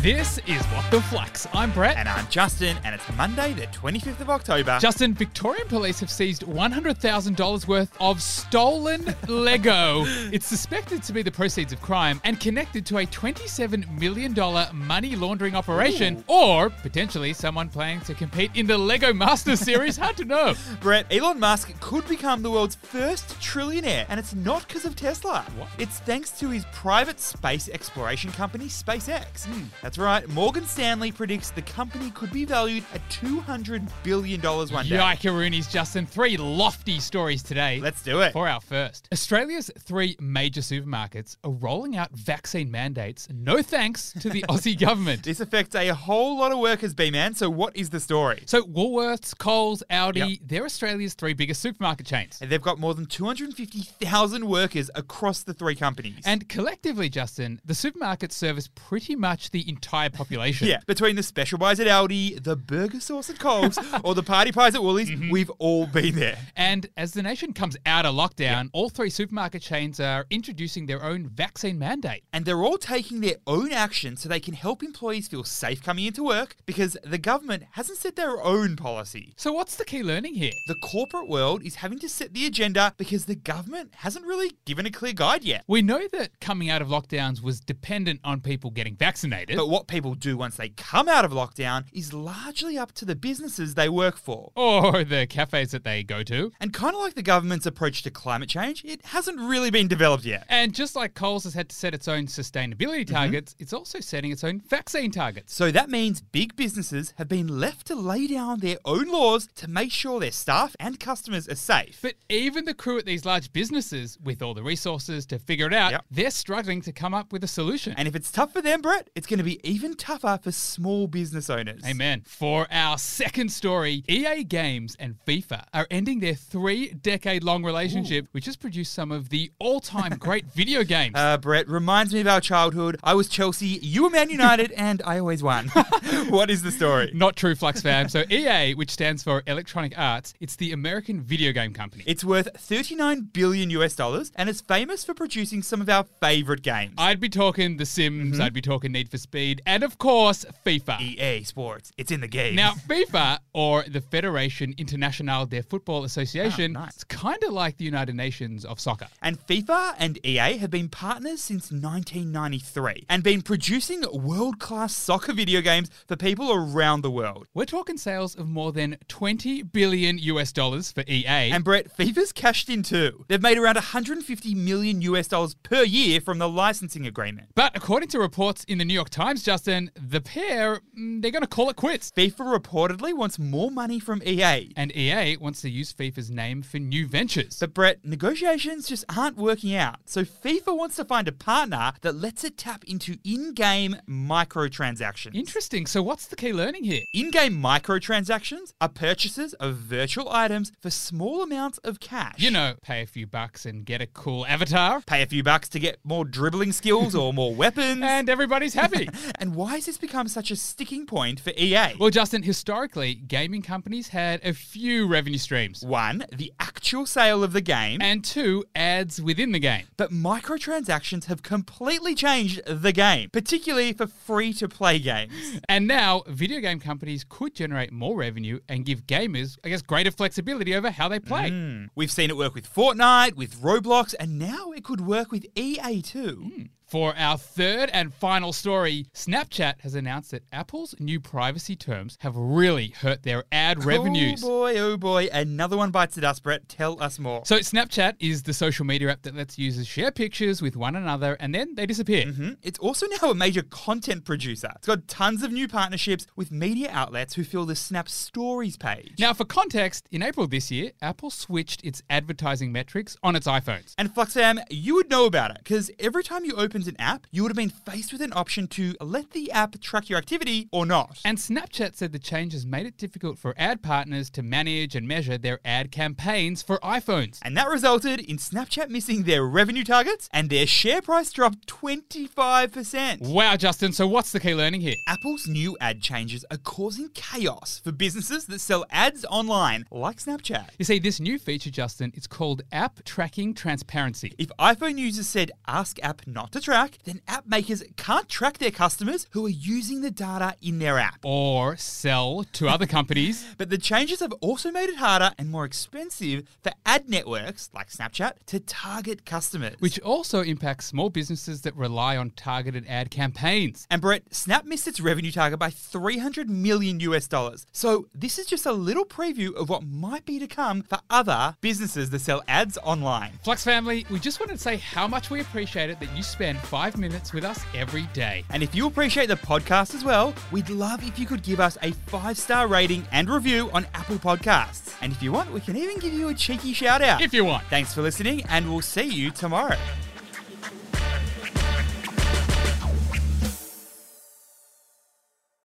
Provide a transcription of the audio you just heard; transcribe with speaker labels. Speaker 1: This is What the Flux. I'm Brett.
Speaker 2: And I'm Justin, and it's Monday, the 25th of October.
Speaker 1: Justin, Victorian police have seized $100,000 worth of stolen Lego. It's suspected to be the proceeds of crime and connected to a $27 million money laundering operation, or potentially someone planning to compete in the Lego Master Series. Hard to know.
Speaker 2: Brett, Elon Musk could become the world's first trillionaire, and it's not because of Tesla.
Speaker 1: What?
Speaker 2: It's thanks to his private space exploration company, SpaceX.
Speaker 1: Hmm.
Speaker 2: That's right, Morgan Stanley predicts the company could be valued at $200 billion one day.
Speaker 1: Yikeroonies, Justin. Three lofty stories today.
Speaker 2: Let's do it.
Speaker 1: For our first, Australia's three major supermarkets are rolling out vaccine mandates, no thanks to the Aussie government.
Speaker 2: This affects a whole lot of workers, B-Man, so what is the story?
Speaker 1: So Woolworths, Coles, Audi,
Speaker 2: Yep.
Speaker 1: they're Australia's three biggest supermarket chains.
Speaker 2: They've got more than 250,000 workers across the three companies.
Speaker 1: And collectively, Justin, the supermarkets service pretty much the entire population.
Speaker 2: Yeah, between the special buys at Aldi, the burger sauce at Coles, or the party pies at Woolies, we've all been there.
Speaker 1: And as the nation comes out of lockdown, all three supermarket chains are introducing their own vaccine mandate.
Speaker 2: And they're all taking their own action so they can help employees feel safe coming into work because the government hasn't set their own policy.
Speaker 1: So, what's the key learning here?
Speaker 2: The corporate world is having to set the agenda because the government hasn't really given a clear guide yet.
Speaker 1: We know that coming out of lockdowns was dependent on people getting vaccinated.
Speaker 2: But what people do once they come out of lockdown is largely up to the businesses they work for.
Speaker 1: or the cafes that they go to.
Speaker 2: And kind of like the government's approach to climate change, it hasn't really been developed yet.
Speaker 1: And just like Coles has had to set its own sustainability
Speaker 2: Mm-hmm.
Speaker 1: targets, it's also setting its own vaccine targets.
Speaker 2: So that means big businesses have been left to lay down their own laws to make sure their staff and customers are safe.
Speaker 1: But even the crew at these large businesses, with all the resources to figure it out,
Speaker 2: Yep.
Speaker 1: they're struggling to come up with a solution.
Speaker 2: And if it's tough for them, Brett, it's going to be even tougher for small business owners.
Speaker 1: Amen. For our second story, EA Games and FIFA are ending their three decade long relationship, which has produced some of the all time great video games.
Speaker 2: Uh, Brett, reminds me of our childhood. I was Chelsea, you were Man United, and I always won. what is the story?
Speaker 1: Not true, Flux fam. So EA, which stands for Electronic Arts, it's the American video game company.
Speaker 2: It's worth 39 billion US dollars and is famous for producing some of our favorite games.
Speaker 1: I'd be talking The Sims,
Speaker 2: Mm-hmm.
Speaker 1: I'd be talking Need for Speed, and of course, FIFA.
Speaker 2: EA E Sports, it's in the game.
Speaker 1: Now, FIFA, or the Federation Internationale de Football Association,
Speaker 2: Oh, nice.
Speaker 1: it's kind of like the United Nations of soccer.
Speaker 2: And FIFA and EA have been partners since 1993 and been producing world class soccer video games for people around the world.
Speaker 1: We're talking sales of more than 20 billion US dollars for E EA.
Speaker 2: And Brett, FIFA's cashed in too. They've made around 150 million US dollars per year from the licensing agreement.
Speaker 1: but according to reports in the New York Times, Justin, the pair, mm, they're going to call it quits.
Speaker 2: FIFA reportedly wants more money from E EA.
Speaker 1: And EA wants to use FIFA's name for new ventures.
Speaker 2: But Brett, negotiations just aren't working out. So FIFA wants to find a partner that lets it tap into in-game microtransactions.
Speaker 1: Interesting. So, what's the key learning here?
Speaker 2: In game microtransactions are purchases of virtual items for small amounts of cash.
Speaker 1: You know, pay a few bucks and get a cool avatar,
Speaker 2: pay a few bucks to get more dribbling skills or more weapons.
Speaker 1: and everybody's happy.
Speaker 2: And why has this become such a sticking point for E EA?
Speaker 1: Well, Justin, historically, gaming companies had a few revenue streams,
Speaker 2: One, the actual sale of the game,
Speaker 1: and two, ads within the game.
Speaker 2: but microtransactions have completely changed the game, particularly for free to play games.
Speaker 1: And now, video game companies could generate more revenue and give gamers, I guess, greater flexibility over how they play.
Speaker 2: Hmm. We've seen it work with Fortnite, with Roblox, and now it could work with EA too.
Speaker 1: Hmm. For our third and final story, Snapchat has announced that Apple's new privacy terms have really hurt their ad revenues.
Speaker 2: Oh boy, oh boy, another one bites the dust, Brett. Tell us more.
Speaker 1: So, Snapchat is the social media app that lets users share pictures with one another and then they disappear.
Speaker 2: Hmm? It's also now a major content producer. It's got tons of new partnerships with media outlets who fill the Snap Stories page.
Speaker 1: Now, for context, in April this year, Apple switched its advertising metrics on its iPhones.
Speaker 2: and FluxFam, you would know about it because every time you opened an app, you would have been faced with an option to let the app track your activity or not.
Speaker 1: And Snapchat said the change has made it difficult for ad partners to manage and measure their ad campaigns for iPhones.
Speaker 2: And that resulted in Snapchat missing their revenue targets and their share price dropped 25%.
Speaker 1: Wow, Justin, so what's the key learning here?
Speaker 2: Apple's new ad changes are causing chaos for businesses that sell ads online, like Snapchat.
Speaker 1: You see, this new feature, Justin, it's called App Tracking Transparency.
Speaker 2: If iPhone users said ask app not to track, then app makers can't track their customers who are using the data in their app.
Speaker 1: Or sell to other companies.
Speaker 2: But the changes have also made it harder and more expensive for ad networks like Snapchat to target customers.
Speaker 1: Which also impacts small businesses that rely on targeted ad campaigns.
Speaker 2: and Brett, Snap missed its revenue target by 300 million US dollars. So this is just a little preview of what might be to come for other businesses that sell ads online.
Speaker 1: Flux family, we just wanted to say how much we appreciate it that you spend five minutes with us every day.
Speaker 2: And if you appreciate the podcast as well, we'd love if you could give us a five star rating and review on Apple Podcasts. And if you want, we can even give you a cheeky shout out.
Speaker 1: If you want.
Speaker 2: Thanks for listening, and we'll see you tomorrow.